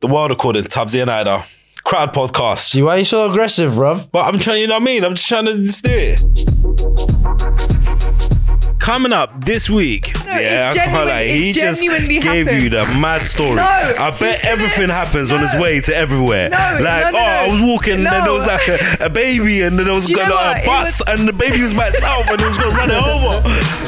The world according to Tabsy and Ida. Crowd podcast. See why you so aggressive, bruv? But I'm trying, you know what I mean? I'm just trying to just do it. Coming up this week. yeah, it's I can't genuine- lie. it's He just genuinely gave you the mad story. No, I bet he didn't. everything happens on his No. way to everywhere. No, like, no, no, oh, I no. was walking and then there was No. like a, a baby and then there was Do you gonna, know a what? It bus and the baby was by itself and it was gonna run it over.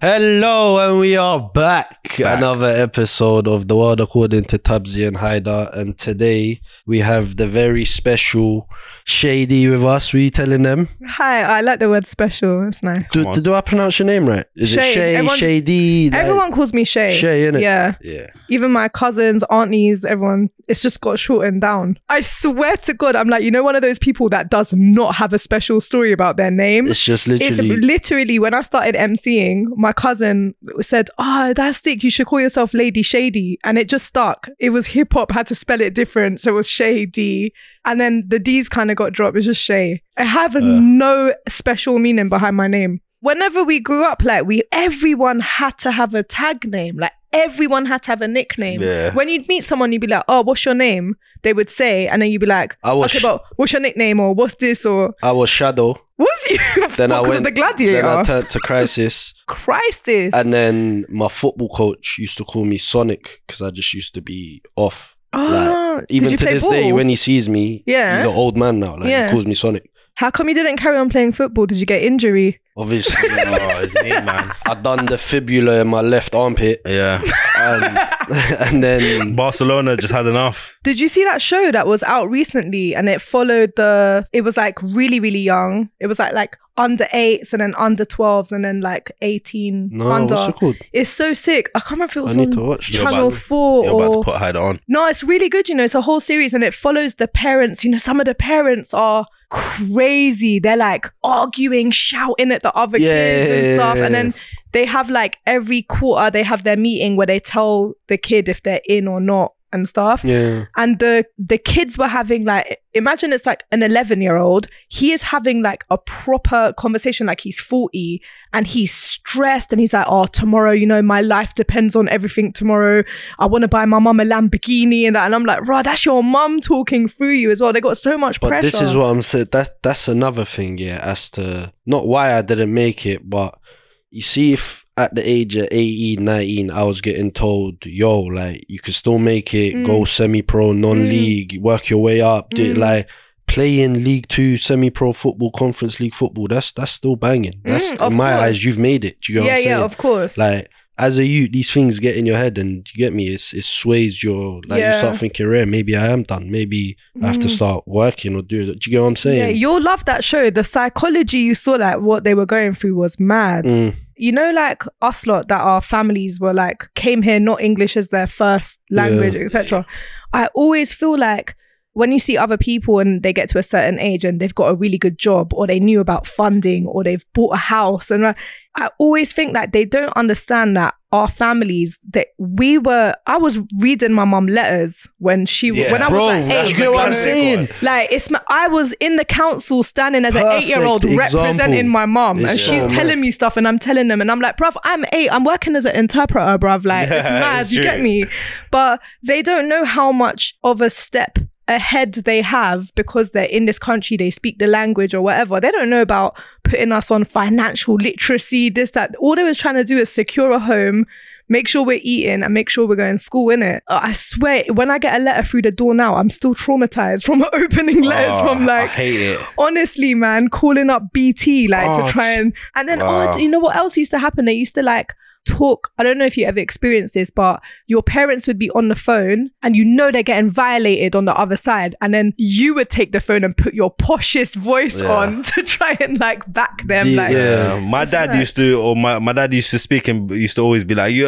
Hello, and we are back. Another episode of The World According to Tabzi and Haida. And today we have the very special Shady with us. Were you telling them? Hi, I like the word special. It's nice. Do, on. do I pronounce your name right? Is it Shade. Shay, Everyone- Shady? like- Everyone calls me Shay. Shay, innit? Yeah. Yeah. Even my cousins, aunties, everyone. It's just got shortened down. I swear to God, I'm like, you know, one of those people that does not have a special story about their name. It's just It's literally. literally when I started MCing, my cousin said, Oh, that's sick. You should call yourself Lady Shady. And it just stuck. It was hip hop, had to spell it different. So it was Shady. And then the D's kind of got dropped. It's just Shay. I have no special meaning behind my name. Whenever we grew up, like we, everyone had to have a tag name. Like everyone had to have a nickname. Yeah. When you'd meet someone, you'd be like, "Oh, what's your name?" They would say, and then you'd be like, I was "Okay, sh- but what's your nickname?" or "What's this?" or I was Shadow. "What's you?" Then What, I 'cause went. of the gladiator. Then I turned to Crisis. crisis. And then my football coach used to call me Sonic because I just used to be off. Ah, did even you to play this day, ball? when he sees me, Yeah. he's an old man now. Like Yeah. he calls me Sonic. How come you didn't carry on playing football? Did you get injury? Obviously, Oh, his name, man. I done the fibula in my left armpit, Yeah. and, and then Barcelona just had enough. Did you see that show that was out recently and it followed the it was like really, really young. It was like like under eights and then under twelves and then like eighteen no, under. what's it called? It's so sick. I can't remember if it I was need to on watch. You're this. Channel about- Four You're about to or put Hyder on. No, it's really good. You know, it's a whole series and it follows the parents. You know, some of the parents are crazy. They're like arguing, shouting at the other kids Yeah. and stuff. And then they have like every quarter, they have their meeting where they tell the kid if they're in or not and stuff. Yeah, And the the kids were having like imagine it's like an 11 year old. He is having like a proper conversation like he's 40 and he's stressed and he's like, "Oh, tomorrow, you know, my life depends on everything tomorrow. I want to buy my mum a Lamborghini and that." And I'm like, "Right, that's your mum talking through you as well. They got so much but pressure." this is what I'm saying. That that's another thing. Yeah, as to not why I didn't make it, but you see, if at the age of 18, 19, I was getting told, "Yo, like you can still make it. Mm. Go semi-pro, non-league, work your way up. do- Mm. like." Playing League Two, semi-pro football, Conference League football. That's that's still banging. That's Mm, of in my course. eyes, you've made it. Do you know what yeah, I'm saying? yeah, of course. Like as a youth, these things get in your head, and you get me. It's it sways your like you Yeah. start thinking, "Yeah, maybe I am done. Maybe I have to Mm. start working or doing." Do you get what I'm yeah, saying? you'll love that show. The psychology you saw, like what they were going through, was mad. Mm, you know, like us lot that our families were like came here not English as their first language, etc. I always feel like when you see other people and they get to a certain age and they've got a really good job or they knew about funding or they've bought a house and I- I always think like they don't understand that our families that we were I was reading my mum letters when she when I bro, was like that's eight you get what I'm saying? like it's my, I was in the council standing as an Perfect eight-year-old example. representing my mom, It's and so she's mad. telling me stuff, and I'm telling them, and I'm like, bruv, I'm eight. I'm working as an interpreter, bruv. Like it's Yeah, mad. it's you true. get me? But they don't know how much of a step ahead they have because they're in this country they speak the language or whatever they don't know about putting us on financial literacy this that all they was trying to do is secure a home make sure we're eating and make sure we're going to school in it i swear when i get a letter through the door now i'm still traumatized from opening letters Oh, from I like hate it. honestly, man, calling up BT like Oh, to try and and then wow. oh, do you know what else used to happen? They used to like talk. I don't know if you ever experienced this, but your parents would be on the phone and you know they're getting violated on the other side, and then you would take the phone and put your poshest voice Yeah. on to try and like back them. The- like, Yeah. Yeah, my dad that? used to, or my, my dad used to speak and used to always be like, "You,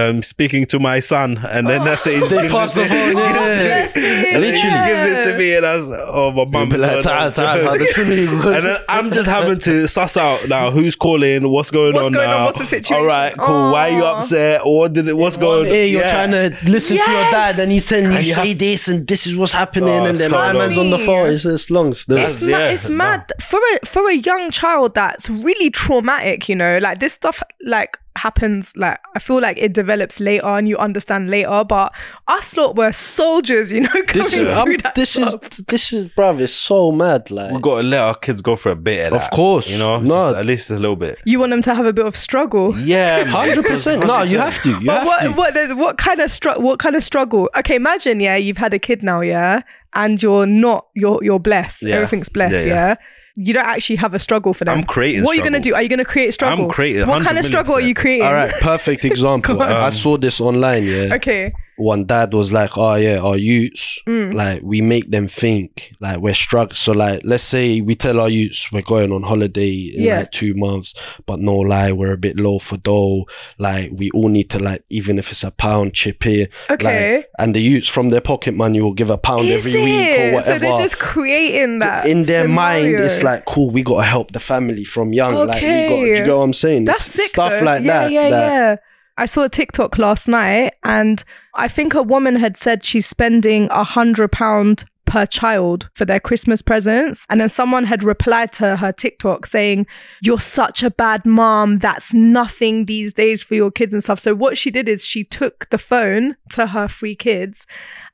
um, speaking to my son," and then that's it. He They gives pass it the to- phone, he yeah. gives it to me. Bless it, And then yeah. He gives it to me, and I was, "Oh, my You'll mum." be like, "Ta- ta- ta, this really good." And then I'm just having to suss out now who's calling, what's going What's on going on, now. what's the situation? All right, cool. Why are you Aw. upset? Or what did it, what's going? Hey, you're trying to listen to your Yes! dad, and he's telling you, And you say this, and this is what's happening, Oh, and then so my long. man's on the phone. It's, it's long. Still. It's, That's- ma- yeah, it's no. mad for a for a young child. That's really traumatic, you know. Like this stuff, like happens like I feel like it develops later and you understand later. But us lot were soldiers, you know. Coming This is through I'm, that this is stuff. this is bruv. It's so mad. Like We've got to let our kids go for a bit of Of that. course. You know, No. just at least a little bit. you want them to have a bit of struggle. Yeah, hundred percent. No, you have to. You But have what, to. what there's- what kind of str- what kind of struggle? Okay, imagine yeah, you've had a kid now, yeah, and you're not you're you're blessed. Yeah. Everything's blessed, Yeah, yeah, yeah. You don't actually have a struggle for them. I'm creating What are you struggle. gonna do? Are you gonna create struggle? creating What kind 100 of struggle are you creating? All right, perfect example. Go on. I saw this online. Yeah, Okay. one dad was like, "Oh yeah, our youths, Mm. like we make them think like we're struck. So like, let's say we tell our youths we're going on holiday in Yeah. like two months, but no lie, we're a bit low for dough. Like we all need to like, even if it's a pound chip here, Okay. like, and the youths from their pocket money will give a pound Is every week or it? whatever. So they're just creating that in their mind, it's scenario. like, cool, we gotta help the family from young. Like, we got, do Okay. you know what I'm saying? That's It's sick. stuff though. like yeah, that. Yeah, that- yeah. I saw a TikTok last night, and I think a woman had said she's spending a hundred pound per child for their Christmas presents, and then someone had replied to her TikTok saying, "You're such a bad mom. That's nothing these days for your kids and stuff." So what she did is she took the phone to her three kids,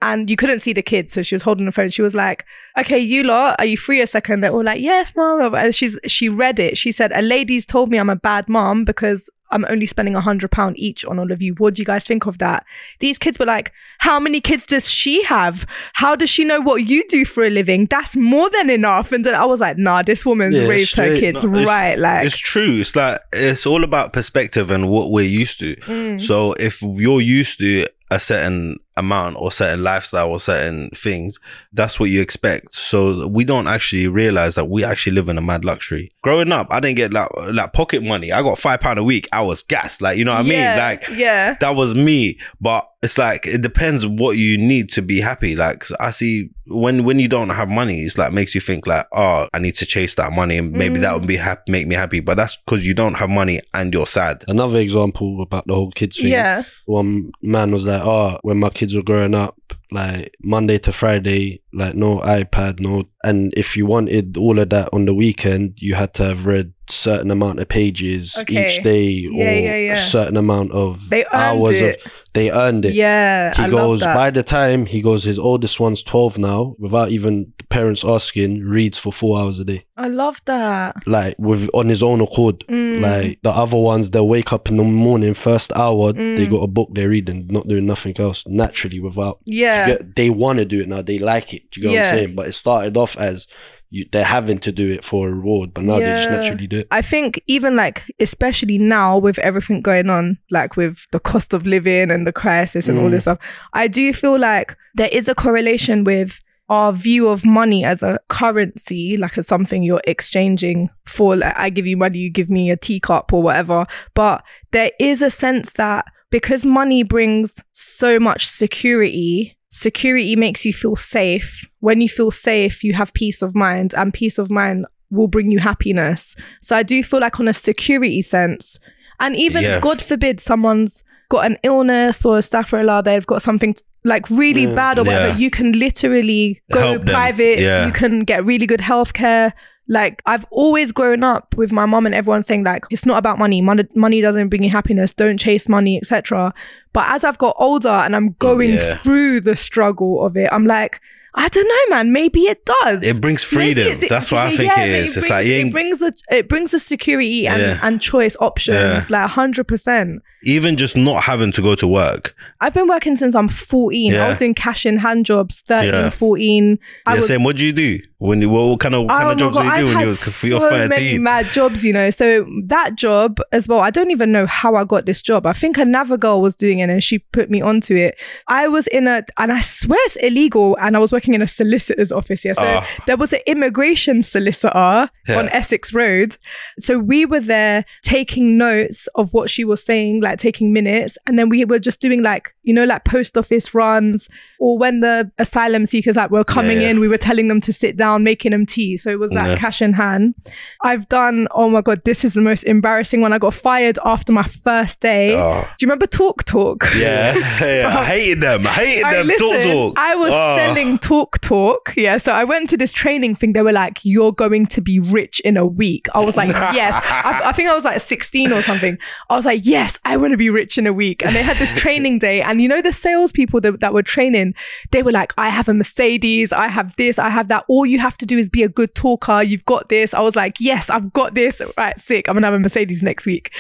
and you couldn't see the kids, so she was holding the phone. She was like, "Okay, you lot, are you free a second? They're all like, "Yes, mom." And she's she read it. She said, "A lady's told me I'm a bad mom because I'm only spending a hundred pound each on all of you. What do you guys think of that?" These kids were like, "How many kids does she have? How does she know what you do for a living? That's more than enough." And then I was like, "Nah, this woman's Yeah, raised her straight. kids No, it's- right." Like, It's true. It's like it's all about perspective and what we're used to. Mm. So if you're used to a certain amount or certain lifestyle or certain things, that's what you expect. So we don't actually realize that we actually live in a mad luxury. Growing up, I didn't get like like pocket money. I got five pound a week. I was gassed. Like you know what I yeah, mean? Like yeah, that was me but it's like it depends what you need to be happy like 'cause i see when when you don't have money it's like makes you think like oh i need to chase that money and maybe that would be happy make me happy but that's because you don't have money and you're sad Another example about the whole kids thing. yeah. one man was like, "Oh, when my kids were growing up, like Monday to Friday, like no iPad, no." And if you wanted all of that on the weekend, you had to have read certain amount of pages Okay. each day, Yeah, or yeah, yeah. a certain amount of They earned hours it. of. They earned it. Yeah, He I goes. love that. By the time he goes, his oldest one's twelve now, without even the parents asking, reads for four hours a day, I love that. like with on his own accord. Mm. Like the other ones, they wake up in the morning, first hour, they Mm. got a book they're reading, not doing nothing else naturally without. yeah, you get- they want to do it now, they like it. Do you know what I'm Yeah. saying? But it started off as you, they're having to do it for a reward, but now they just Yeah. naturally do it. I think even like especially now with everything going on, like with the cost of living and the crisis and all this stuff, I do feel like there is a correlation with our view of money as a currency, like as something you're exchanging for. Like, I give you money, you give me a teacup or whatever. But there is a sense that because money brings so much security, security makes you feel safe. When you feel safe, you have peace of mind, and peace of mind will bring you happiness. So I do feel like, on a security sense, and even Yeah. God forbid someone's got an illness or a staphyla, they've got something like really Yeah. bad or whatever, Mm, Yeah. you can literally go Help them. private. Yeah. You can get really good healthcare. Like I've always grown up with my mom and everyone saying like it's not about money. Money, money doesn't bring you happiness. Don't chase money, etc. But as I've got older and I'm going Yeah. through the struggle of it, I'm like, I don't know, man. Maybe it does. it brings Maybe freedom it- that's what i think yeah, it but is it's brings- like you it ain't, brings the it brings the security and, Yeah. and choice options like hundred percent. even just not having to go to work I've been working since I'm 14. Yeah. I was doing cash in hand jobs 13, Yeah. 14. I yeah was same what do you do when you what kind of what kind Oh of my jobs God, do you I've do when had you were so 13 many mad jobs, you know. So that job as well, I don't even know how I got this job. I think another girl was doing it and she put me onto it. I was in a, and I swear it's illegal, and I was working in a solicitor's office here. So Ah. there was an immigration solicitor Yeah. on Essex Road. So we were there taking notes of what she was saying, like taking minutes. And then we were just doing like, you know, like post office runs or when the asylum seekers like were coming yeah. in, we were telling them to sit down making them tea. So it was that Yeah. cash in hand. I've done, oh my God, this is the most embarrassing one. I got fired after my first day. Oh. Do you remember Talk Talk? Yeah, yeah. I hated them. I hated I them. Talk, listened. talk. I was Oh. selling Talk Talk. Yeah. So I went to this training thing. They were like, you're going to be rich in a week. I was like, yes. I, I think I was like 16 or something. I was like, yes, I want to be rich in a week. And they had this training day. And you know, the salespeople that, that were training, they were like, I have a Mercedes. I have this. I have that. All you have to do is be a good talker. You've got this. I was like, yes, I've got this. Right. Sick. I'm going to have a Mercedes next week.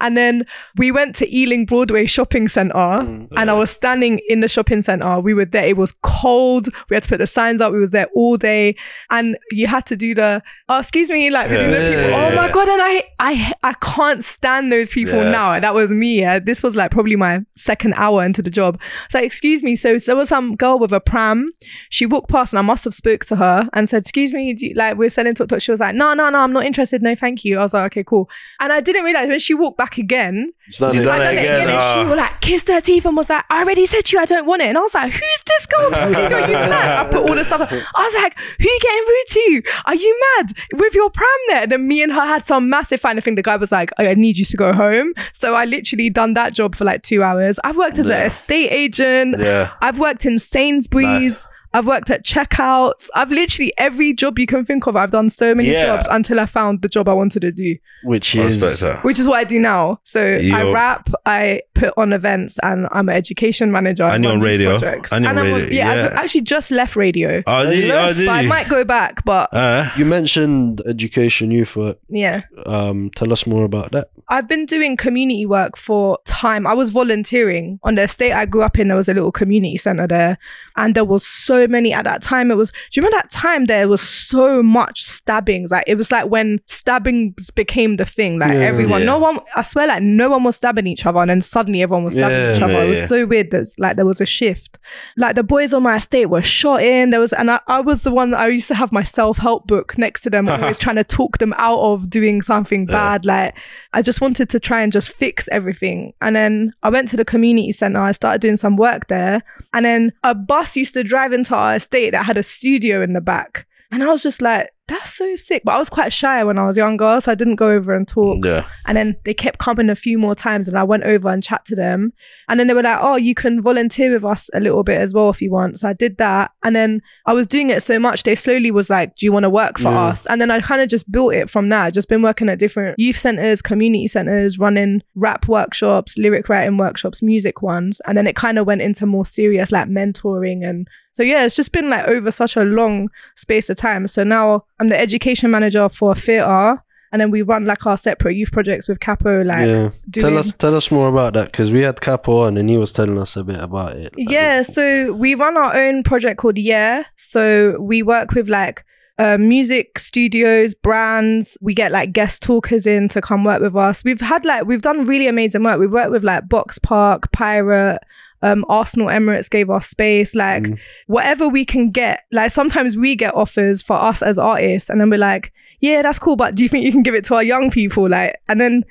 And then we went to Ealing Broadway Shopping Centre and I was standing in the shopping centre. We were there. It was cold. We had to put the signs up. We was there all day. And you had to do the, oh, excuse me, like, we do the people. Yeah. Oh my God. And I, I, I can't stand those people Yeah. now. That was me. Yeah. This was like probably my second hour into the job. So excuse me. So there was some girl with a pram. She walked past and I must have spoke to her and said, excuse me, do you, like we're selling tuk tuk. She was like, no, no, no, I'm not interested. No, thank you. I was like, okay, cool. And I didn't realize when she walked back again, It's done You it. done I done it again. ah. and she was like, kissed her teeth and was like, I already said to you I don't want it. And I was like, who's this girl talking to? Are you mad? I put all this stuff. up. I was like, who you getting rude to? Are you mad with your pram there? And then me and her had some massive fight. I think the guy was like, I need you to go home. So I literally done that job for like two hours. I've worked as Yeah. an estate agent. Yeah. I've worked in Sainsbury's. Nice. I've worked at checkouts. I've literally every job you can think of. I've done so many Yeah. jobs until I found the job I wanted to do Which I respect is that. which is what I do now. So You're- I rap, I put on events, and I'm an education manager. I And you're run on youth radio. projects. And you're on I'm radio, yeah, I've yeah. actually just left radio, Oh, did you? Oh, but I did you? might go back. But Uh, you mentioned education youth work. yeah, Um, tell us more about that. I've been doing community work for time. I was volunteering on the estate I grew up in. There was a little community center there, and there was so many at that time. It was. Do you remember that time? There was so much stabbings. Like it was like when stabbings became the thing. Like Yeah. everyone, Yeah. no one. I swear, like no one was stabbing each other, and then suddenly everyone was stabbing Yeah. each other. it Yeah, was yeah. so weird that like there was a shift. Like the boys on my estate were shot in. There was, and I, I was the one. I used to have my self help book next to them, always trying to talk them out of doing something bad. Like I just wanted to try and just fix everything. And then I went to the community center. I started doing some work there. And then a bus used to drive into our estate that had a studio in the back. And I was just like, that's so sick. But I was quite shy when I was younger, so I didn't go over and talk. yeah. And then they kept coming a few more times, and I went over and chat to them. And then they were like, "Oh, you can volunteer with us a little bit as well if you want." So I did that, and then I was doing it so much they slowly was like, "Do you want to work for Yeah. us?" And then I kind of just built it from there. Just been working at different youth centers, community centers, running rap workshops, lyric writing workshops, music ones, and then it kind of went into more serious like mentoring and so yeah, it's just been like over such a long space of time. So now I'm the education manager for theatre. And then we run like our separate youth projects with Capo, like yeah. doing Tell us tell us more about that because we had Capo on and he was telling us a bit about it. Yeah, so we run our own project called Yeah. So we work with like uh, music studios, brands. We get like guest talkers in to come work with us. We've had like we've done really amazing work. We've worked with like Box Park, Pirate. Um, Arsenal Emirates gave us space, like Mm. whatever we can get. Like sometimes we get offers for us as artists, and then we're like, "Yeah, that's cool, but do you think you can give it to our young people?" Like, and then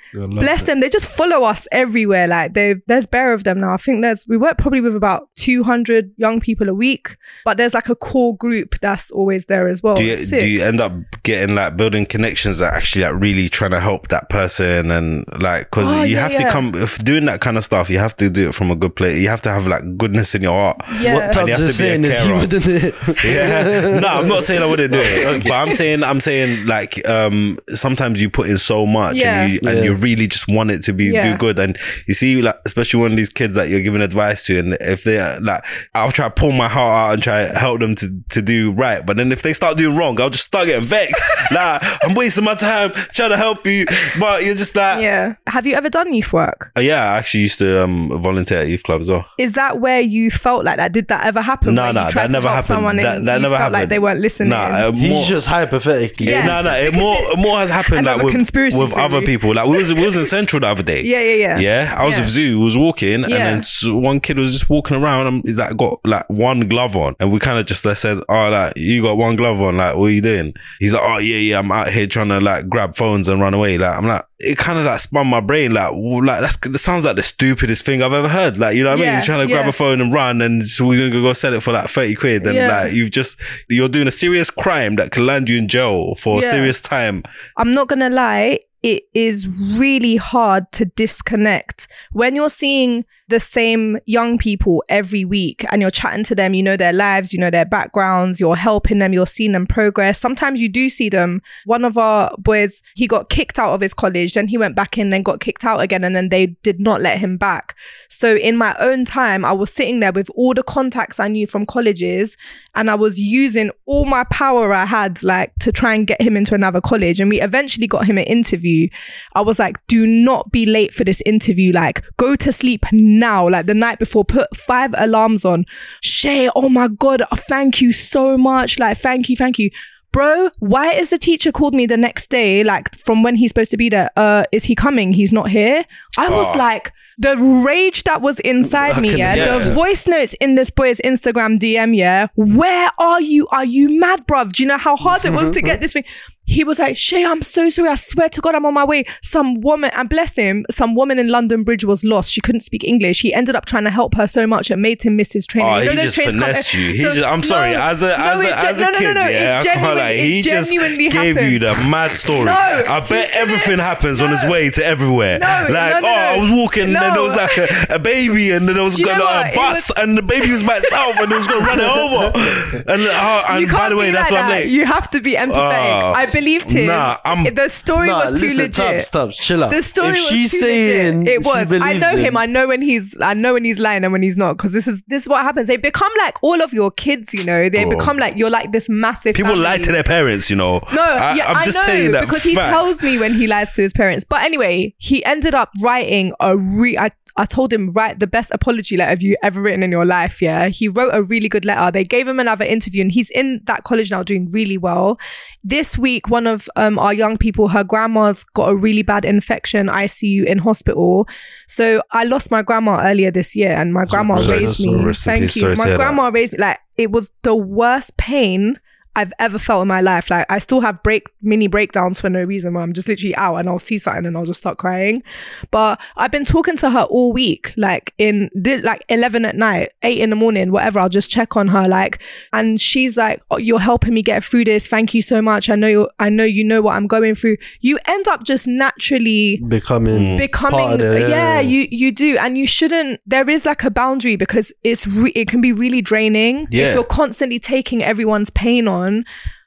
bless them they just follow us everywhere like they there's bare of them now i think there's we work probably with about 200 young people a week but there's like a core group that's always there as well Do you, Sick. do you end up getting like building connections that actually like really trying to help that person and like because Oh, you yeah, have to yeah. come if doing that kind of stuff you have to do it from a good place you have to have like goodness in your heart yeah What And you have Tubbs to be a is saying is he carer. wouldn't yeah. No, I'm not saying I wouldn't do it, but I'm saying I'm saying like um sometimes you put in so much Yeah. and you and Yeah. you really just want it to be Yeah. do good and you see like especially when these kids that you're giving advice to and if they're like I'll try to pull my heart out and try to help them to to do right, but then if they start doing wrong, I'll just start getting vexed. like I'm wasting my time trying to help you, but you're just like. Yeah. yeah have you ever done youth work Yeah, I actually used to um, volunteer at youth club as well. is that where you felt like that did that ever happen No, where you no, tried that to never help happened. someone and That- that you never felt like happened. they weren't listening Nah, uh, He's more- just hypothetically. Yeah. No, no, it more more has happened like Another with, conspiracy with other theory. people. Like we was we was in Central the other day. yeah yeah yeah Yeah, I was Yeah. with Zoo, was walking, and Yeah. then s- one kid was just walking around Tottenham is that got like one glove on, and we kind of just like said, "Oh, like you got one glove on, like what are you doing?" He's like, "Oh yeah, yeah, I'm out here trying to like grab phones and run away." Like I'm like, it kind of like spun my brain, like w- like that's that sounds like the stupidest thing I've ever heard. Like you know what I mean? Yeah, He's trying to grab yeah. a phone and run, and so we're gonna go sell it for like thirty quid, and Yeah. like you've just you're doing a serious crime that can land you in jail for a Yeah. serious time. I'm not gonna lie, it is really hard to disconnect when you're seeing the same young people every week and you're chatting to them, you know their lives, you know their backgrounds, you're helping them, you're seeing them progress. Sometimes you do see them. One of our boys, he got kicked out of his college, then he went back in, then got kicked out again, and then they did not let him back. So in my own time, I was sitting there with all the contacts I knew from colleges and I was using all my power I had, like, to try and get him into another college. And we eventually got him an interview. I was like, do not be late for this interview. Like, go to sleep now, like the night before, put five alarms on. Shay, oh my God, thank you so much. Like, thank you, thank you. Bro, why is the teacher called me the next day, like from when he's supposed to be there? Uh, is he coming? He's not here. I was Oh. like, the rage that was inside me, can yeah, imagine. the voice notes in this boy's Instagram DM, yeah. Where are you? Are you mad, bruv? Do you know how hard it was to get this thing? He was like, Shay, I'm so sorry. I swear to God, I'm on my way. Some woman, and bless him, some woman in London Bridge was lost. She couldn't speak English. He ended up trying to help her so much it made him miss his training. Oh, You know he those just trains come- finessed you. He So- just, I'm no, sorry, as a no, as it a, gen- as a no, no, kid, no, no, it yeah, I can't genuinely- lie. He it just genuinely gave you the mad story. No, I bet he everything didn't. happens on No. his way to everywhere. No, like, no, no, oh, I no. was walking, and then there No. was like a, a baby, and then there was Do you gonna know a what? It bus, was- and the baby was by itself, and it was gonna run it over. And oh, You and can't by the way, be that's like why I'm that. late. You have to be empathetic. Oh. I believed him. Nah, I'm- the story Nah, was too listen, legit. Tubbs, Tubbs, chill out. The story if was she's too saying legit. It she was. I believes know him. him. I know when he's. I know when he's lying and when he's not. Because this is this is what happens. They become like all of your kids. You know, they Oh. become like you're like this massive. People lie family. to their parents, you know. No, I, yeah, I'm i just know telling you that because he fact. tells me when he lies to his parents. But anyway, he ended up writing a re. I, I told him write the best apology letter you ever written in your life. Yeah, he wrote a really good letter. They gave him another interview, and he's in that college now, doing really well. This week, one of um, our young people, her grandma's got a really bad infection, ICU in hospital. So I lost my grandma earlier this year, and my grandma Rest- raised me. rest in Thank peace. you. Sorry to hear my that. grandma raised me. Like it was the worst pain I've ever felt in my life. Like I still have break mini breakdowns for no reason where I'm just literally out and I'll see something and I'll just start crying. But I've been talking to her all week, like in thi- like eleven at night, eight in the morning, whatever. I'll just check on her, like, and she's like, oh, "You're helping me get through this. Thank you so much. I know you. I know you know what I'm going through." You end up just naturally Mm. Becoming becoming part of the- yeah, yeah. you you do and you shouldn't there is like a boundary because it's re- it can be really draining Yeah. if you're constantly taking everyone's pain on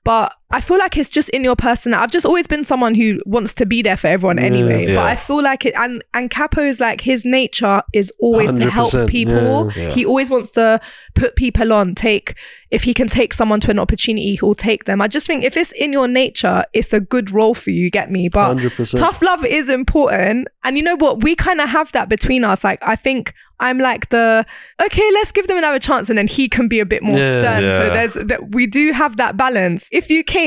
but I feel like it's just in your person. I've just always been someone who wants to be there for everyone anyway. Yeah. But I feel like it, and and Capo is like his nature is always to help 100%, people. yeah. Yeah. He always wants to put people on. Take if he can take someone to an opportunity, he'll take them. I just think if it's in your nature, it's a good role for you. Get me? Mm. But 100%. tough love is important. And you know what? We kind of have that between us. Like, I think I'm like the, okay, let's give them another chance. And then he can be a bit more Yeah. stern. So Yeah. there's that we do have that balance. If you came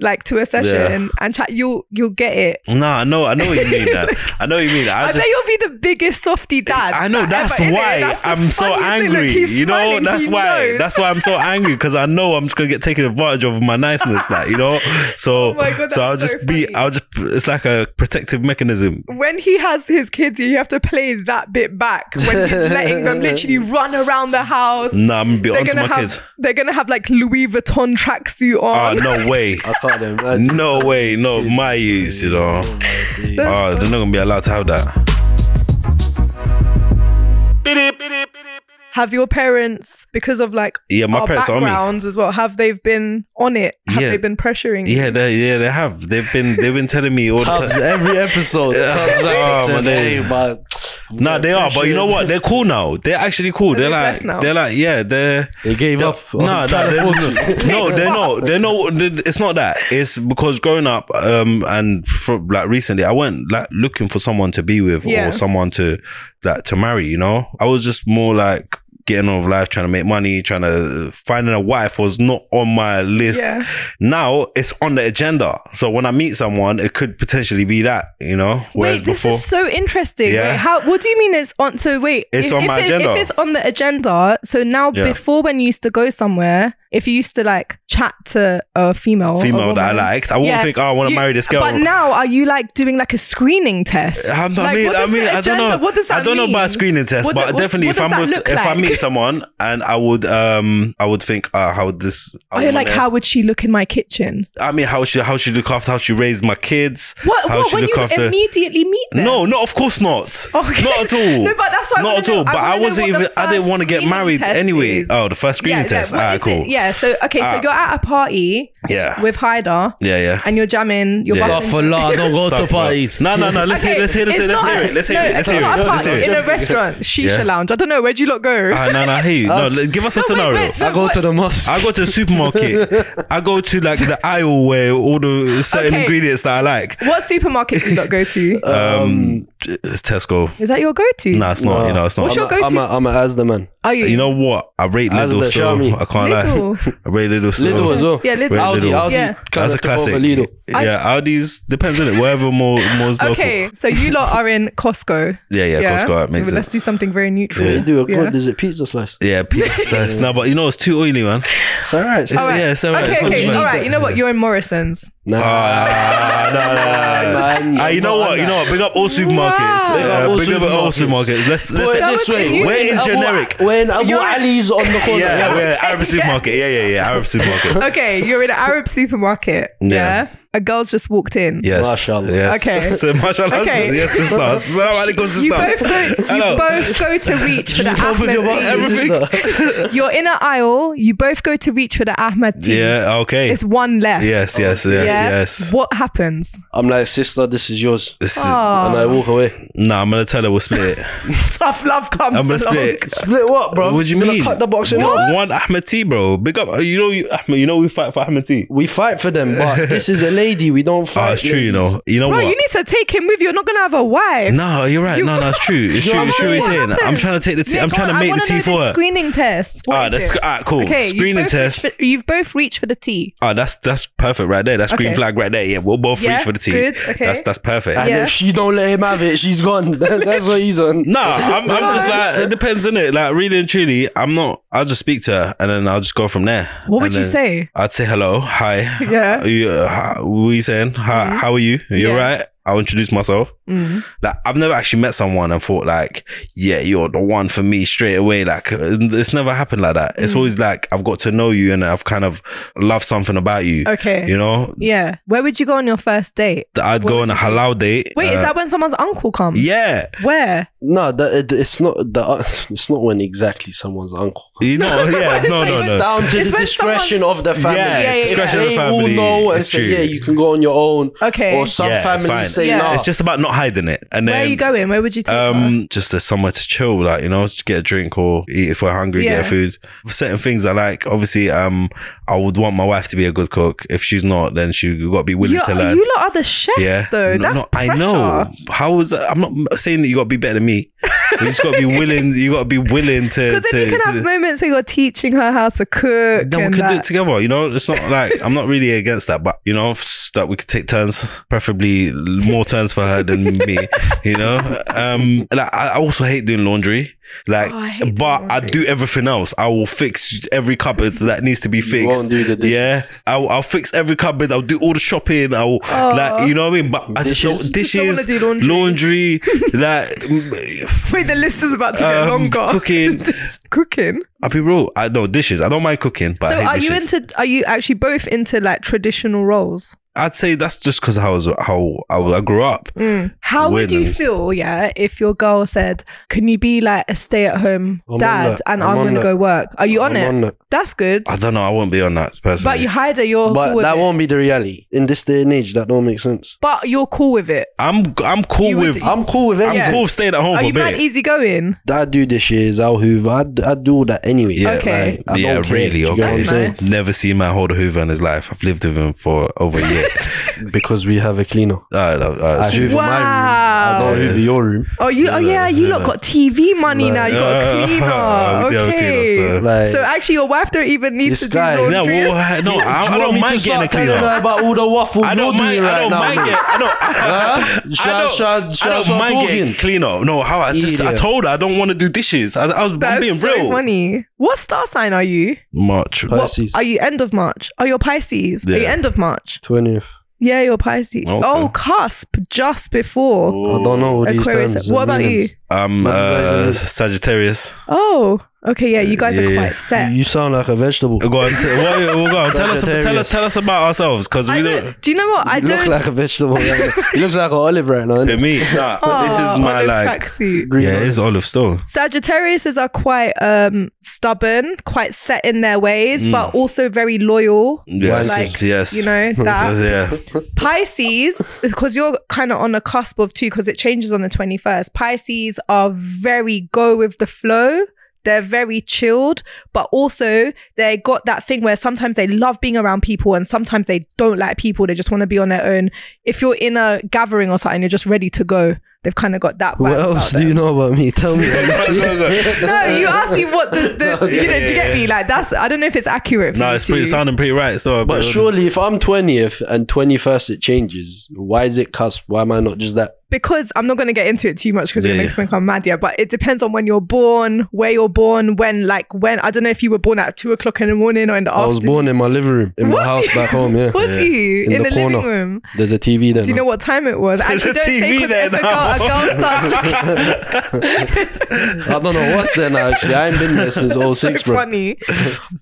like to a session and chat, you'll, you'll get it. No, I know, I know what you mean. That I know what you mean. I, I, just, bet you'll be the biggest softy dad. I know ever, that's innit? why That's the I'm so funniest thing. Look, angry. he's you know, smiling, that's he why knows. that's why I'm so angry because I know I'm just gonna get taken advantage of with my niceness. That you know, so Oh my God, that's so I'll so just be funny. I'll just it's like a protective mechanism. when he has his kids, you have to play that bit back when he's letting them literally run around the house. Nah, I'm gonna be They're onto gonna my have kids. they're gonna have like Louis Vuitton tracksuit Oh on. no way, I can't imagine. no way, no my use. You know, Oh my days. oh they're not gonna be allowed to have that. Have your parents, because of like Yeah, my our parents are on me. backgrounds as well, have they been on it? Have Yeah. they been pressuring? you? Yeah, they yeah they have. They've been they've been telling me all the time. Tubbs, every episode. Yeah. Tubbs like Oh, my says, days. "Hey, but Nah, they are, but you know what? They're cool now. They're actually cool. They're They're like blessed now. they're like yeah they're. They gave up. on No, no, trying to they're, force you. no, they're not. They're not. It's not that. It's because growing up, um, and from like recently, I went like looking for someone to be with Yeah. or someone to like to marry. You know, I was just more like getting on with life, trying to make money, trying to finding a wife was not on my list. Yeah. Now it's on the agenda. So when I meet someone, it could potentially be that, you know? Whereas wait, before. this is so interesting. Yeah. Wait, how? What do you mean it's on? So wait, It's on my it- agenda. If it's on the agenda, so now Yeah. before when you used to go somewhere, if you used to like chat to a female, a female that I woman, liked. I wouldn't Yeah. think, oh, I want to you- marry this girl. But now, are you like doing like a screening test? I'm- I Like, mean, what I does mean, the I don't agenda- know. What does that I don't know about mean? screening test, What but do- what- definitely if what does I'm that with, look if I like? meet someone and I would um I would think, uh, how would this? I Are you wanna- Oh, like, how would she look in my kitchen? I mean, how she how she look after how she raised my kids? What? How what she when look you after? immediately meet them? No, no, of course not. Okay. Not at all. No, but that's what I Not wanna at all. know. I but I wanna know wasn't what even. the I didn't first want to get screening married test anyway. is. Oh, the first screening yeah, test. Yeah, Ah, what is cool. it? yeah, so okay, so Ah. you're at a party Yeah. with Hyder yeah, yeah. and you're jamming, you're Yeah. busting- Astaghfirullah, don't go to Stuff, bro. parties. No, no, no. Let's hear. Okay, Let's hear. Let's hear. it's Let's not hear a- it. Let's hear no, it. Let's it's hear not it. a Let's hear it. party in a restaurant, shisha Yeah. lounge. I don't know, where'd you lot go? Ah, no, no. Hey, no. Us- let- Give us a No, wait, scenario. wait, no, I go what- to the mosque. I go to the supermarket. I go to like the aisle where all the certain Okay. ingredients that I like. What supermarket do you lot go to? Um, it's Tesco. Is that your go-to? No, it's not. You know, it's not. What's your I'm a- go-to? I'm a, I'm a Asda man. Are you? you know what? I rate As Lidl the still. Xiaomi. I can't lie. Lidl. I rate Lidl still. Lidl as well. Yeah, Lidl. Aldi, Lidl. Aldi. Yeah. That's a classic. Lidl. Yeah, Aldi's depends on it. Wherever more more's Okay, so you lot are in Costco. local. Yeah, yeah, yeah. Costco it makes Let's sense. do something very neutral. They do a Yeah. good. There's a pizza slice. Yeah, pizza slice. No, but you know it's too oily, man. It's alright. It's It's- Alright. Yeah, it's alright. Okay, It's not okay, too all bad. right. You know what? You're in Morrison's. Ah, no, no, no, no. Man, Ah, you know what? You know what? Big up all supermarkets. Wow. Big up Uh, all Big up all supermarkets. supermarkets. Let's Put it let's. That this was way. you. We're When in Abu, generic. When Abu You're- Ali's on the corner. Yeah, yeah, Arab supermarket. Yeah, yeah, yeah. Arab supermarket. Okay, you're in an Arab supermarket. Yeah. Yeah. A girl's just walked in. Yes. Mashallah. Yes. Okay. So, mashallah. Okay. Yes, sister. Assalamu alaikum, sister. You both go. Hello. You both go to reach for the Open Ahmed your tea. box, everything. You're in an aisle. You both go to reach for the Ahmed tea. Yeah, okay. It's one left. yes, yes, yes, yes. What happens? I'm like, sister, this is yours. This is, And I Oh, walk away. nah, I'm going to tell her we'll split it. tough love comes I'm going to along. split it. Split what, bro? What do you Gonna mean? Cut the box in half. One Ahmed T, bro. Big up. You know, you, Ahmed, you know we fight for Ahmed T. We fight for them, but this is a lady. We don't fight. Oh, it's true, you know. You know Bro, what? you need to take him with you. You're not gonna have a wife. no, you're right. You- no, no, it's true. It's true. Yo, It's true. what It's saying. happened? I'm trying to take the tea. Yeah, I'm go trying on, to I make the wanna tea know for this her. Screening test. What Ah, is that's it? ah, cool. Okay, you've Screening both reached test. for- you've both reached for the T. Oh, that's that's perfect right there. That's green Okay. flag right there. Yeah, we'll both Yeah, reach for the tea. good, okay. That's that's perfect. And Yeah. if she don't let him have it, she's gone. That- That's what he's on. Nah, I'm, I'm just like it depends on it. Like really and truly, I'm not. I'll just speak to her and then I'll just go from there. What would And you then say? I'd say hello, hi. Yeah. Mm-hmm. Are you, uh, how, what are you saying? How, how are you? You're Yeah. right. I'll introduce myself. Mm. Like I've never actually met someone and thought like, yeah, you're the one for me straight away. Like uh, it's never happened like that. Mm. It's always like I've got to know you and I've kind of loved something about you. Okay. You know, Yeah. Where would you go on your first date? I'd go What on would a you do? halal date. Wait, is uh, that when someone's uncle comes? yeah? Where? No, that, it, it's not. The, it's not when exactly someone's uncle. You know, yeah, no, no, It's no. down to It's the when discretion of the family. Yeah, it's If discretion of the they family. all know and It's say, true. yeah, you can go on your own. Okay. Or some Yeah, it's fine. families say, Yeah. nah. It's just about not hiding it. And then Where are you going? Where would you take her? Um, just there's somewhere to chill, like you know, just get a drink or eat if we're hungry, Yeah. get food. Certain things I like. Obviously, um, I would want my wife to be a good cook. If she's not, then she you got to be willing You're- to learn. You lot are the chefs, yeah, though. No, That's no, pressure. I know. How was that? I'm not saying that you got to be better than me. But you just got to be willing. You got to be willing to. Because to, then you can to- have moments where you're teaching her how to cook. then and we could do that. it together. You know, it's not like I'm not really against that, but you know, s- that we could take turns, preferably more turns for her than me. You know, um, like I I also hate doing laundry. Like, Oh, I hate doing but I laundry. do everything else. I will fix every cupboard that needs to be You fixed. won't do the dishes. Yeah, I'll, I'll fix every cupboard. I'll do all the shopping. I'll like, you know what I mean. But I just Dishes. don't, Just don't dishes, Oh. wanna do laundry. laundry, like Wait, the list is about to get um, longer. cooking. cooking. I'll be real. I know dishes. I don't mind cooking, but I So hate are dishes. you into? Are you actually both into like traditional roles? I'd say that's just because how I was how I, was- I grew up. Mm. How would you Women. feel, yeah, if your girl said, "Can you be like a stay-at-home I'm on dad, that. and I'm I'm, on gonna that. go work"? Are you on I'm it? on that. That's good. I don't know. I won't be on that personally. But you hide it. You're But cool with that it. won't be the reality. In this day and age, that don't make sense. But you're cool with it. I'm I'm cool You would- with I'm cool with I'm anything. cool with staying at home Are for you a mad bit. easygoing? I do dishes, I'll hoover, I, d- I do all that anyway. Yeah. Okay. I yeah, don't care, really. do you get Okay, what I'm That's saying? nice. never seen my whole hoover in his life. I've lived with him for over a year because we have a cleaner. I don't know. I hoover my room. I Wow. don't hoover Yes. your room. Oh, you. Oh, yeah. You lot got TV money Like- now. You got a Ah, we cleaner. do have a cleaner, Okay. so- Like, So actually, your wife don't even need This to guy- do no, laundry. well, I- no, I, I don't mind getting a cleaner. about all the waffles I don't mind. I don't mind getting. I don't. I, Shall- don't, shall- I shall I don't start mind getting talking? cleaner. No, how I just I Idiot. told her I don't want to do dishes. I, I was I'm That's being so real. um, funny. What star sign are you? March. But- Pisces. What, are you end of March? Oh, you're Pisces. Are you Yeah. end of March? Twentieth. Yeah, you're Pisces. Okay. Oh. Oh, cusp just before I don't know all these Aquarius. terms. what about you? I'm What does that uh, mean? Sagittarius. Oh, okay. Yeah, you guys are Yeah. quite you? set. You sound like a vegetable. Go on, t- what, well, go on. Tell us, tell us, Sagittarius. tell us about ourselves because I we don't, don't. do you know what? I you don't. look like a vegetable. Right now. You look like an olive right now. Yeah, innit? me, nah, Aw, this is on my a like. tracksuit. Green Yeah, one. it's olive still. Sagittarius are quite um stubborn, quite set in their ways, Mm. but also very loyal. Yes, Like, yes. You know that yeah. Pisces, because you're kind of on the cusp of two, because it changes on the twenty first. Pisces are very go with the flow. They're very chilled, but also they got that thing where sometimes they love being around people and sometimes they don't like people. They just want to be on their own. If you're in a gathering or something, you're just ready to go. They've kind of got that. Vibe What about else them. do you know about me? Tell me. No, you asked me what the, the you know, do you get me? Like that's I don't know if it's accurate for no, you it's pretty to- sounding pretty right. So, But surely, if I'm twentieth and twenty-first, it changes. Why is it cusp? Why am I not just that? because I'm not gonna get into it too much because Yeah, it yeah. makes me think I'm mad yeah, but it depends on when you're born, where you're born, when like when I don't know if you were born at two o'clock in the morning or in the I afternoon. was born in my living room in Was my house you? back home. Yeah, was you in, In the, the living corner. room? there's a TV there. Do you know now. what time it was? There's Actually, a don't say TV 'cause there if a now. girl, a girl starts I don't know what's there now. Actually, I ain't been there since all so six, bro. funny.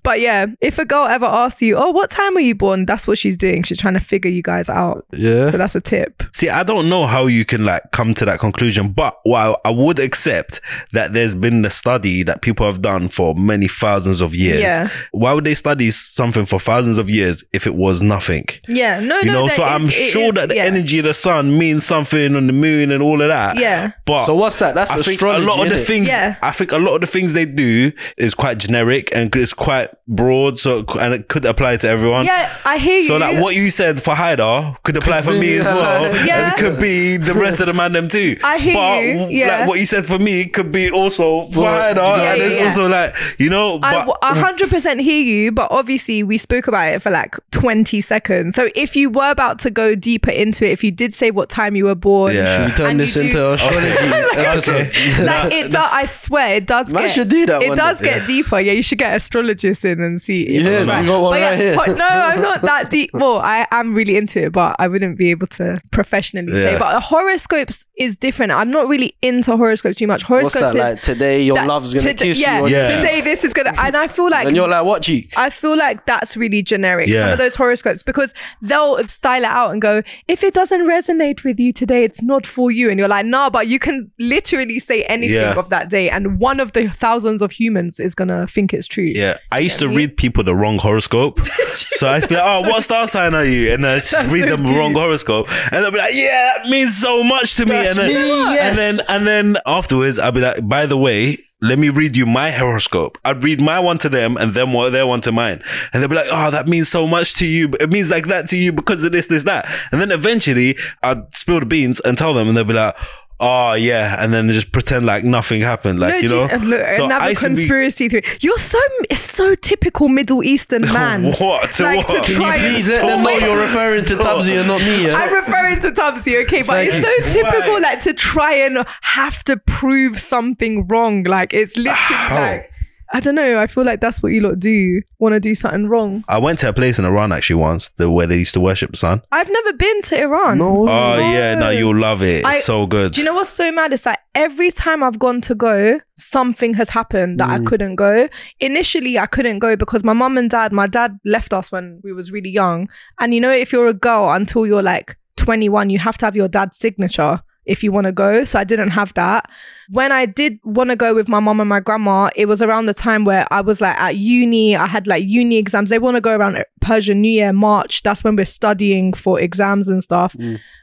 But yeah, if a girl ever asks you, "Oh, what time were you born?" That's what she's doing. She's trying to figure you guys out. Yeah, So that's a tip. see, I don't know how you can like come to that conclusion, but while I would accept that there's been a study that people have done for many thousands of years, Yeah. why would they study something for thousands of years if it was nothing? Yeah, no, You no, know, there so is- I'm it sure is- that the yeah. energy of the sun means something on the moon and all of that. Yeah. But So what's that? That's I think a astrology. lot of the innit? things. Yeah. I think a lot of the things they do is quite generic and it's quite broad, so it cou- and it could apply to everyone. Yeah, I hear you. So like what you said for Haida could apply for be- me as well. Yeah. And could be the rest of the man them too. I hear but you, w- yeah. Like what you said for me could be also for Well, Haida. yeah, and yeah, it's yeah. also like, you know, I but w- I 100% hear you, but obviously we spoke about it for like 20 seconds. So if you were about to go deeper into it, if you did say what time you were born, Yeah. We turn And this you do- into astrology episode. like it does, I swear it does. Man get, should do that It one does day. get deeper. Yeah, you should get astrologists in and see. if Yeah, it's we got one But right here. but no, I'm not that deep. Well, I am really into it, but I wouldn't be able to professionally Yeah. say. But horoscopes is different. I'm not really into horoscopes too much. What's Horoscopes that is like? Today your that love's gonna today- kiss yeah, you. on Yeah. the cheek. Today this is gonna, and I feel like And you're like, what cheek? I feel like that's really generic. Some Yeah. of those horoscopes because they'll style it out and go, if it doesn't resonate with you today, it's not for you. And you're like, nah, but you can literally say anything Yeah. of that day, and one of the thousands of humans is gonna think it's true. yeah, I used to Yeah. read people the wrong horoscope. so I used to be like, oh, what star sign are you? And I just That's read so them the wrong deep. horoscope. And they'll be like, yeah, that means so much to me. That's and then, me, and yes. then and then afterwards I'll be like, by the way, let me read you my horoscope. I'd read my one to them and them what their one to mine. And they'll be like, oh, that means so much to you. It means like that to you because of this, this, that. And then eventually I'd spill the beans and tell them and they'll be like, Oh yeah, and then just pretend like nothing happened, like No, you do know. look, So I another used to be- conspiracy theory. You're so it's so typical Middle Eastern man. What? To Like, to what? Can Can try- you please let them know you're referring to Tabsy and not me? Yeah? I'm referring to Tubbsy, okay, but Thank it's so you. typical Why? like to try and have to prove something wrong. Like it's literally How? like I don't know. I feel like that's what you lot do. Want to do something wrong? I went to a place in Iran actually once the, where they used to worship the sun. I've never been to Iran. No. Oh yeah, no, you'll love it. It's I- so good. Do you know what's so mad? It's like every time I've gone to go, something has happened that I couldn't go. Initially, I couldn't go because my mum and dad, my dad left us when we was really young. And you know, if you're a girl until you're like 21, you have to have your dad's signature if you want to go. So I didn't have that. When I did want to go with my mum and my grandma, it was around the time where I was like at uni, I had like uni exams. They want to go around Persian New Year, March. That's when we're studying for exams and stuff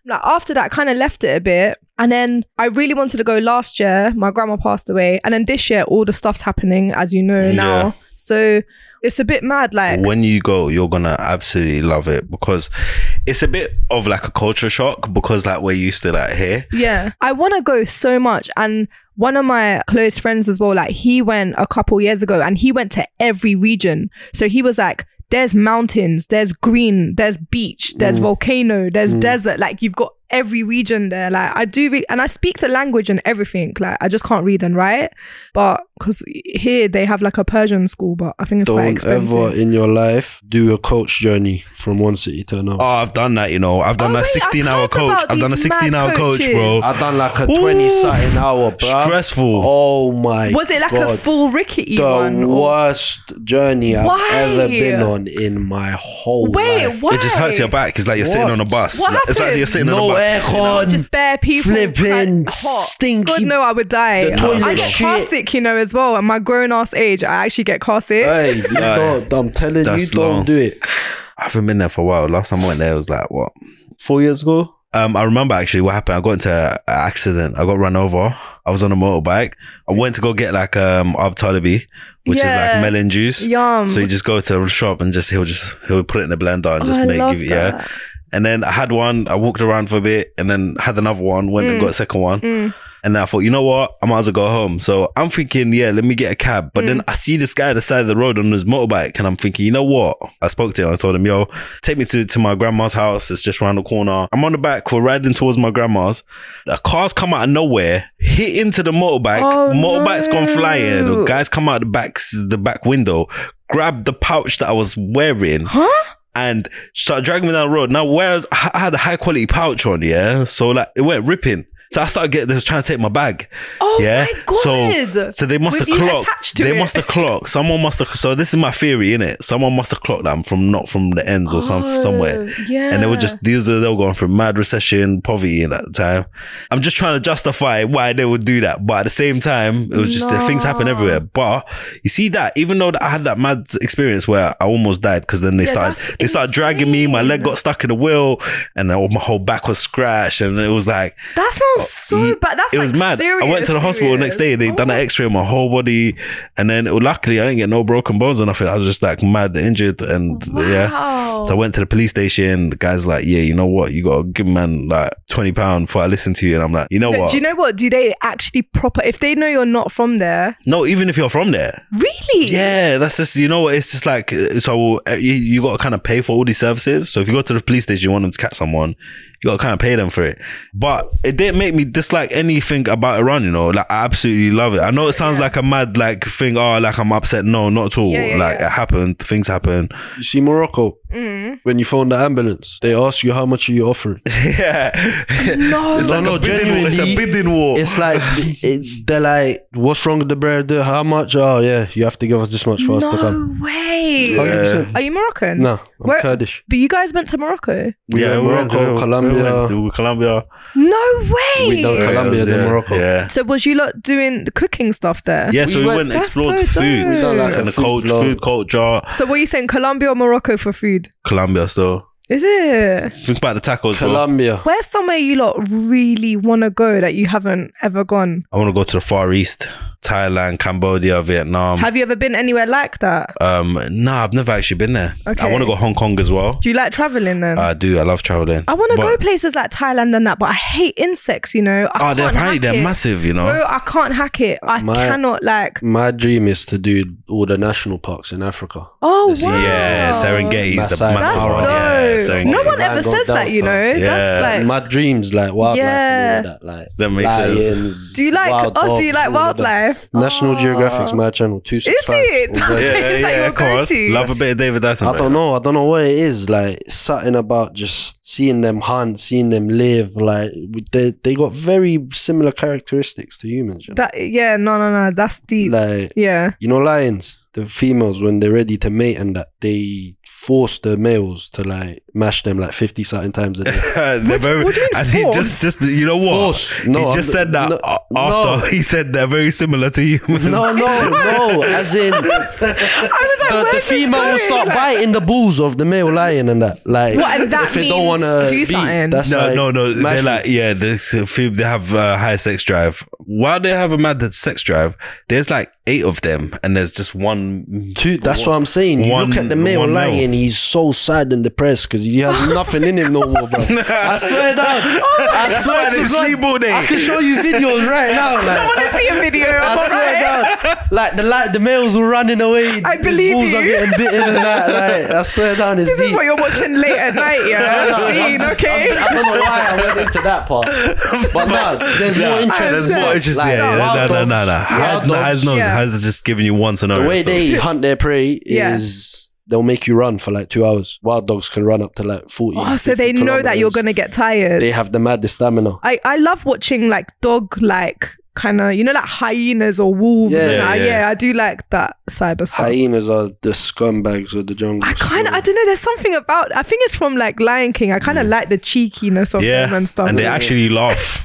like after that I kind of left it a bit And then I really wanted to go last year. My grandma passed away. And then this year, all the stuff's happening, as you know now. Yeah. So it's a bit mad. Like, when you go, you're gonna absolutely love it because it's a bit of like a culture shock because like we're used to that here. Yeah. I want to go so much. And one of my close friends as well, like he went a couple years ago and he went to every region. So he was like, there's mountains, there's green, there's beach, there's volcano, there's Mm. desert. Like you've got every region there. Like I do read, and I speak the language and everything. Like I just can't read and write. But because here they have like a Persian school, but I think it's quite Don't expensive. ever in your life do a coach journey from one city to another. Oh, I've done that, you know. I've done a Oh, wait, I've 16 heard hour about coach. I've these done a 16 hour mad coach, coaches. bro. I done like a Ooh. twenty something hour, bruv. Stressful. Oh my! was it like a God. full rickety the one? or- worst journey I've Why? ever been on in my whole Wait, life. what? It just hurts your back. It's like you're sitting What? on a bus. What it's like happened? you're sitting No on a bus. aircon. just bare people Flipping like, hot. stinky- God no, I would die. The toilet I get shit. car sick, you know, as well. At my grown ass age, I actually get car sick. Uh, Hey, you don't, I'm telling you, That's don't long. do it. I haven't been there for a while. Last time I went there was like what? Four years ago, Um, I remember actually what happened. I got into an accident. I got run over. I was on a motorbike. I went to go get like um Abtalabi, which is Yeah. like melon juice. Yum. So you just go to the shop and just he'll just he'll put it in the blender and Um, Oh, just I make love give it yeah. that. And then I had one. I walked around for a bit and then had another one. Went and got a second one. Mm. And then I thought, you know what? I might as well go home. So I'm thinking, yeah, let me get a cab. But Mm. then I see this guy at the side of the road on his motorbike, and I'm thinking, you know what? I spoke to him. I told him, yo, take me to, to my grandma's house. It's just round the corner. I'm on the back. We're riding towards my grandma's. The car's come out of nowhere, hit into the motorbike. Oh, Motorbike's gone no. flying. The guys come out the back the back window, grab the pouch that I was wearing Huh? and started dragging me down the road. Now, whereas I I had a high quality pouch on, yeah, so like it went ripping. So I started getting, they was trying to take my bag. Oh yeah, my god. So, so they must have With you clocked. attached to They it. must have clocked. Someone must have. So this is my theory, in it. Someone must have clocked them from not from the ends or some somewhere. Oh, Yeah. And they were just these were they were going through mad recession, poverty at that time. I'm just trying to justify why they would do that, but at the same time, it was just No. things happen everywhere. But you see that even though that I had that mad experience where I almost died because then they Yeah, started that's they started dragging me, my leg insane. got stuck in the wheel, and then my whole back was scratched, and it was like That sounds so Ye- bad. That's it was like mad. Serious, I went to the hospital the next day. They serious. done an X-ray of my whole body, and then luckily I didn't get no broken bones or nothing. I was just like mad injured, and Oh, Wow. yeah. So I went oh, to the police station. The guy's like, "Yeah, you know what? You gotta give man like twenty pound for I listen to you." And I'm like, "You know No, what? do you know what? Do they actually proper? If they know you're not from there, no, even if you're from there, really? yeah, that's just you know what? It's just like uh, so uh, you, you gotta kind of pay for all these services. So if you go to the police station, you want them to catch someone, you gotta kind of pay them for it. But it didn't make me dislike anything about Iran. You know, like I absolutely love it. I know it sounds like a mad like thing. Oh, like I'm upset. No, not at all. Yeah, yeah, like it happened. Things happen. you see Morocco Mm. when you phone the ambulance, they ask you how much are you offering. yeah, No. it's No, like no, a bidding war. It's a genuinely, bidding war. It's like it, they're like, "What's wrong with the bread? How much? Oh yeah, you have to give us this much for us to come." No way. Hundred percent. Are you Moroccan? No, I'm Where- Kurdish. But you guys went to Morocco? We yeah, Morocco, went to- we Colombia. went to Colombia. No way. We don't- Colombia, then yeah, Morocco. Yeah. So was you lot doing the cooking stuff there? Yeah, so We we, went- went and That's explored so food dope. We done like a and the food culture, vlog. food culture, So what are you saying, Colombia or Morocco for food? Colombia. So Is it? think about the tacos. bro. Colombia. Where's somewhere you lot really want to go that you haven't ever gone? I want to go to the Far East, Thailand, Cambodia, Vietnam. Have you ever been anywhere like that? um, nah, I've never actually been there. I Okay. want to go Hong Kong as well. Do you like traveling then? I do. I love traveling. I want to go Uh, But- places like Thailand and that, but I hate insects. You know, I Oh, they're can't apparently hack they're it. massive. You know. Bro, I can't hack it. I My- cannot like. My dream is to do all the national parks in Africa. Oh This- wow! Yeah, Serengeti is the Masai massive That's one. dope. Yeah, no Serengeti. one Yeah, ever I've gone says that, down you south. know. Yeah. That's like. My dreams, like wildlife and all Yeah. that, like That makes sense. lions. Do you like? wild oh, do you dogs, like all of that. wildlife? National Geographic's my channel. Two six five. it? Yeah, Is that yeah, your come on. go-to? Love a bit of David Attenborough. I don't know. I don't know what it is. Like something about just seeing them hunt, seeing them live. Like they they got very similar characteristics to humans. You know? That yeah, no, no, no. That's deep. like yeah. you know, lions. The females when they're ready to mate and that they force the males to like mash them like fifty certain times a day. They're What- very, what do you mean and he force? just, just, you know what? Force. No, he I'm- just said that no, a- after he said they're very similar to humans. No, no, no. As in, the, I was like, the where's this female will going? start Like, biting the balls of the male lion and that. Like, What, and that if it don't means wanna do beat, something? that's No, like no, no. They're mash- like, yeah, they, they have uh, high sex drive. While they have a mad sex drive, there's like eight of them, and there's just one. Dude, that's what I'm saying. You one- look at the male one male. lion, he's so sad and depressed because he has nothing in him no more, bro. I swear down. I Oh That's swear why to they God, sleep all day. I can show you videos right now. I Like, want to see a video. I I'm swear alright. down. Like the like the males were running away. I his believe balls are you. getting bitten and that. Like, I swear down, it's This is deep. what you're watching late at night, yeah. No, no, I'm Scene, just- okay. I'm- I don't know why I went into that part, but no, there's Yeah, more interest. There's in more that. interest. Like, yeah, yeah, wild no, no, no, no. dogs- Hides, wild hides dogs. knows. Yeah. Hides is just giving you one scenario. the way so- they hunt their prey Yeah. is they'll make you run for like two hours. Wild dogs can run up to like 40. Oh, so they 50 know that you're kilometers. gonna get tired. They have the maddest stamina. I, I love watching like dog like kind of you know like hyenas or wolves Yeah. and Yeah, I, yeah. yeah. I do like that side of stuff. Hyenas are the scumbags of the jungle. I kind of so- I don't know there's something about I think it's from like Lion King. I Mm. kind of like the cheekiness of yeah, them and stuff. they actually laugh.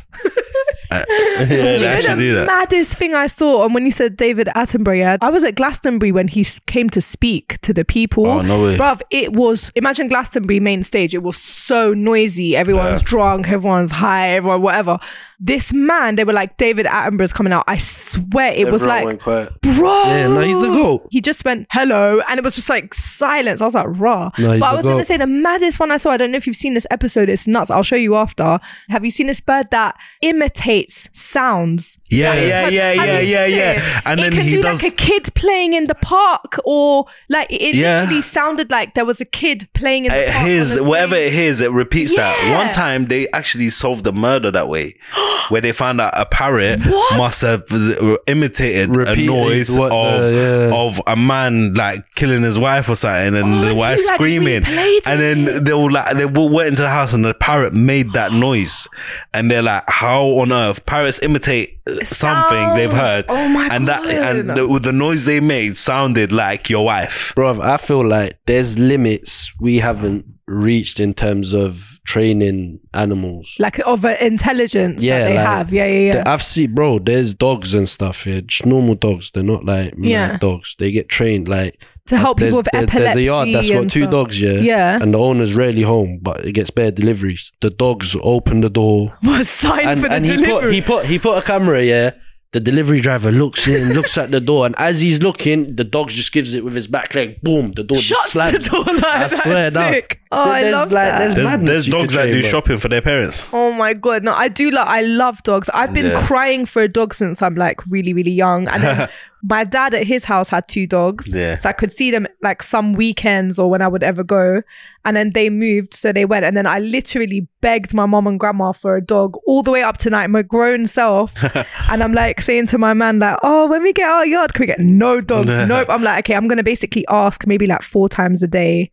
Uh, yeah, they you know actually the do that. um, maddest thing I saw, and when you said David Attenborough, yeah, I was at Glastonbury when he s- came to speak to the people. Oh, no way. Bruv, it was imagine Glastonbury main stage. It was so noisy. Everyone's Yeah. drunk, everyone's high, everyone whatever. This man, they were like David Attenborough's coming out. I swear, it was Everyone like went quiet. bro. Yeah, no, he's the goat. He just went hello, and it was just like silence. I was like, raw. No, he's but I the was going goat. to say the maddest one I saw. I don't know if you've seen this episode. It's nuts. I'll show you after. Have you seen this bird that imitates sounds? Yeah, That is yeah, what- yeah, and yeah, it's yeah, sick. yeah. And it then can he do does. like a kid playing in the park, or like it, it Yeah. literally sounded like there was a kid playing in the Uh, it park. on hears the Uh, whatever screen. it hears, it repeats that. Yeah. One time they actually solved the murder that way, where they found out a parrot What? must have uh, imitated Repeated a noise what of the- yeah. of a man like killing his wife or something, and Oh, the and wife he, like, screaming, replayed and then it. they were like they all went into the house and the parrot made that noise, and they're like, how on earth parrots imitate uh, something they've Sounds. heard? Oh my and that and God. the, the noise they made sounded like your wife. Bro, I feel like there's limits we haven't reached in terms of training animals. Like of an intelligence Yeah, that they like, have. Yeah, yeah, yeah. I've seen, bro, there's dogs and stuff here. Just normal dogs. They're not like mad Yeah. dogs. They get trained. Like, to help there's, people with there- epilepsy. there's a yard that's got and two stuff. dogs, yeah? Yeah. And the owner's rarely home, but it gets bare deliveries. The dogs open the door. was signed And, for the and he, delivery. put, he, put, he put a camera, yeah? The delivery driver looks in, looks at the door, and as he's looking, the dog just gives it with his back leg. Boom, the door just Shuts slams. the door. Like, I swear, that's dog. sick. Oh, I There's like- love that. there's- There's, madness there's you could dogs that train, do bro. shopping for their parents. Oh my god! No, I do love. I love dogs. I've been Yeah. crying for a dog since I'm like really, really young. And then my dad at his house had two dogs, Yeah. so I could see them like some weekends or when I would ever go. And then they moved, so they went. And then I literally begged my mom and grandma for a dog all the way up to tonight, my grown self. and I'm like saying to my man, like, "Oh, when we get our yard, can we get no dogs? nope." I'm like, okay, I'm gonna basically ask maybe like four times a day.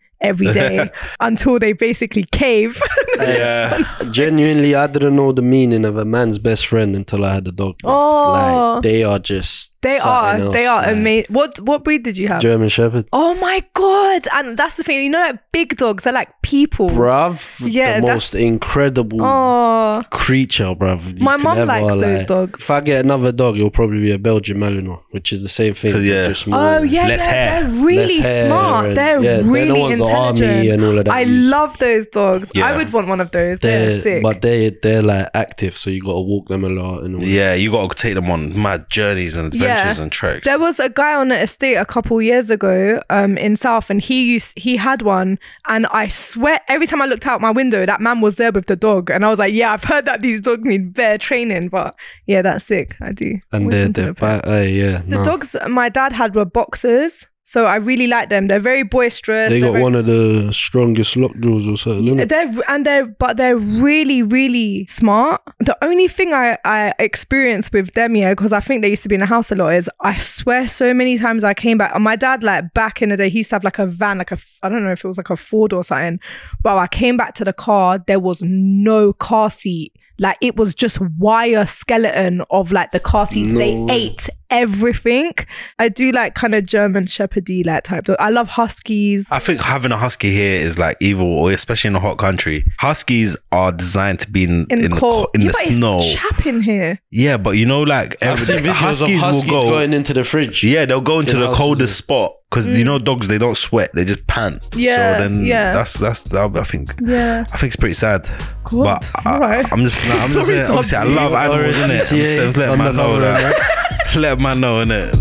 Every day until they basically cave. Yeah. Genuinely, I didn't know the meaning of a man's best friend until I had a dog. Oh. Like, they are just. They are. something They else, are like, amazing. What what breed did you have? German Shepherd. oh my god! And that's the thing. You know, like big dogs, they're like people. Bruv, Yeah, the that's- most incredible Oh, creature, bruv. you My could mum ever, likes those dogs. If I get another dog, it'll probably be a Belgian Malinois, which is the same thing. but Yeah. Just more, oh yeah, Less yeah, hair. They're really Less hair smart. and- yeah, They're they're the really ones that army intelligent. and all of that I use. love those dogs. Yeah. I would want one of those. They're, They're, sick. but they they're like active, so you gotta walk them a lot and all that. Yeah, you gotta take them on mad journeys and adventures and treks. There was a guy on the estate a couple years ago um, in South, and he used he had one, and I swear every time I looked out my window, that man was there with the dog, and I was like, yeah, I've heard that these dogs need bear training, but yeah, that's sick. I do. and Wish they're them to they're the vet. bi- uh, yeah. The nah. dogs my dad had were boxers, so I really like them. They're very boisterous. They they're got very- one of the strongest lock jaws or something. innit? Mm. They're and they're but they're really really smart. The only thing I I experienced with them yeah, because I think they used to be in the house a lot is I swear so many times I came back and my dad like back in the day he used to have like a van like a f- I don't know if it was like a Ford or something, but I came back to the car there was no car seat. Like it was just wire skeleton of like the car seats No they way. ate everything. I do like kind of German Shepherdy like type. dog. I love huskies. I think having a husky here is like evil, or especially in a hot country. Huskies are designed to be in, in, in, the, cold, co- in yeah, the but it's snow. chap in here. yeah, but you know, like I've seen every, videos huskies, of huskies will go. going into the fridge. yeah, they'll go into Yeah, the huskies coldest spot because you know dogs they don't sweat, they just pant. Mm. Yeah, so then yeah. that's that's that, I think Yeah, I think it's pretty sad. God, but I, alright. am just, I'm just Sorry, saying, obviously, I Dubsy. love animals, innit? I'm just, Yeah, saying, let on man the know lower that. let man know, innit?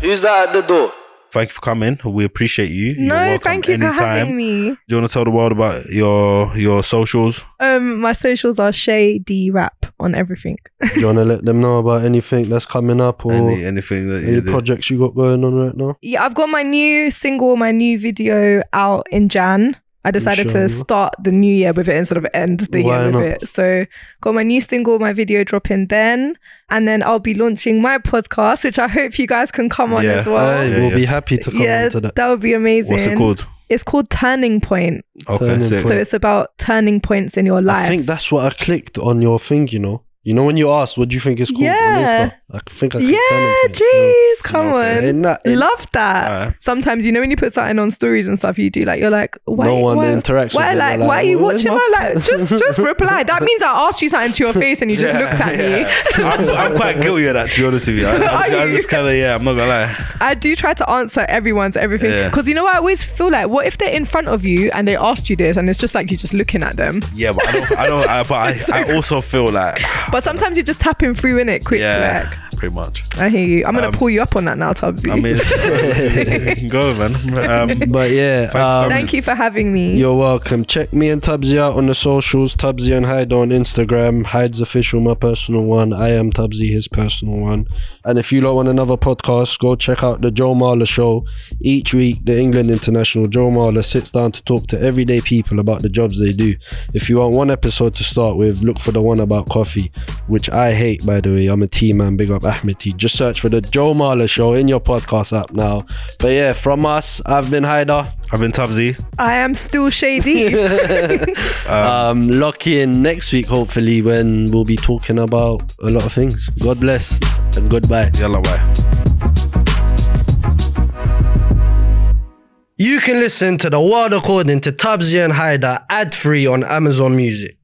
Who's that at the door? Thank you for coming. We appreciate you. You're no, welcome thank you anytime. for having me. Do you want to tell the world about your your socials? Um, my socials are Shay D Rap on everything. Do you want to let them know about anything that's coming up Oh. or Any, any, anything that you did? projects you got going on right now? Yeah, I've got my new single, my new video out in Jan. I decided Inshallah. to start the new year with it instead of end the Why year with not? it. So got my new single, my video dropping then, and then I'll be launching my podcast, which I hope you guys can come on Yeah. as well. Aye, Yeah, we'll yeah. be happy to come yeah, into that. that. would be amazing. What's it called? It's called Turning Point. Okay, Turning sick. So Point. it's about turning points in your I life. think that's what I clicked on your thing, you know. You know when you asked, what do you think it's called Yeah. on Insta? I think I clicked yeah, on it. jeez, come Yeah. on. Ain't that- ain't- Love that. Alright. Sometimes you know when you put something on stories and stuff, you do like you're like, why? No one why, interacts with Why them, like, they're why are like, you "Well, where's watching my my- like? Just just reply. That means I asked you something to your face and you just looked at me. I'm, I'm quite guilty of that, to be honest with you. I, I, Are just, I you? just kind of yeah, I'm not gonna lie. I do try to answer everyone's everything Yeah. because you know what I always feel like. What if they're in front of you and they asked you this and it's just like you're just looking at them? Yeah, but I don't. I don't. I, but I, I also feel like But sometimes you're just tapping through in it quick. yeah, pretty much. Like, I hear you. I'm gonna Um, pull you up on that now, Tubbsy. I mean, go man. Um, But yeah, for um, coming. Thank you for having me. You're welcome. Check me and Tabsy out on the socials. Tabsy and Hyde on Instagram. Hyde's official, my personal one. I am Tabsy, his personal one. And if you lot want another podcast, go check out the Joe Marler Show. Each week, the England international Joe Marler sits down to talk to everyday people about the jobs they do. If you want one episode to start with, look for the one about coffee, which I hate, by the way. I'm a tea man. Big up Ahmed T. Just search for the Joe Marler Show in your podcast app now. But yeah, from us, I've been Hyder. I've been Tubbsy. I am still shady. um, lock in next week, hopefully, when we'll be talking about a lot of things. God bless and goodbye. Yalla, bye. You can listen to the world according to Tabzia and Haida ad free on Amazon Music.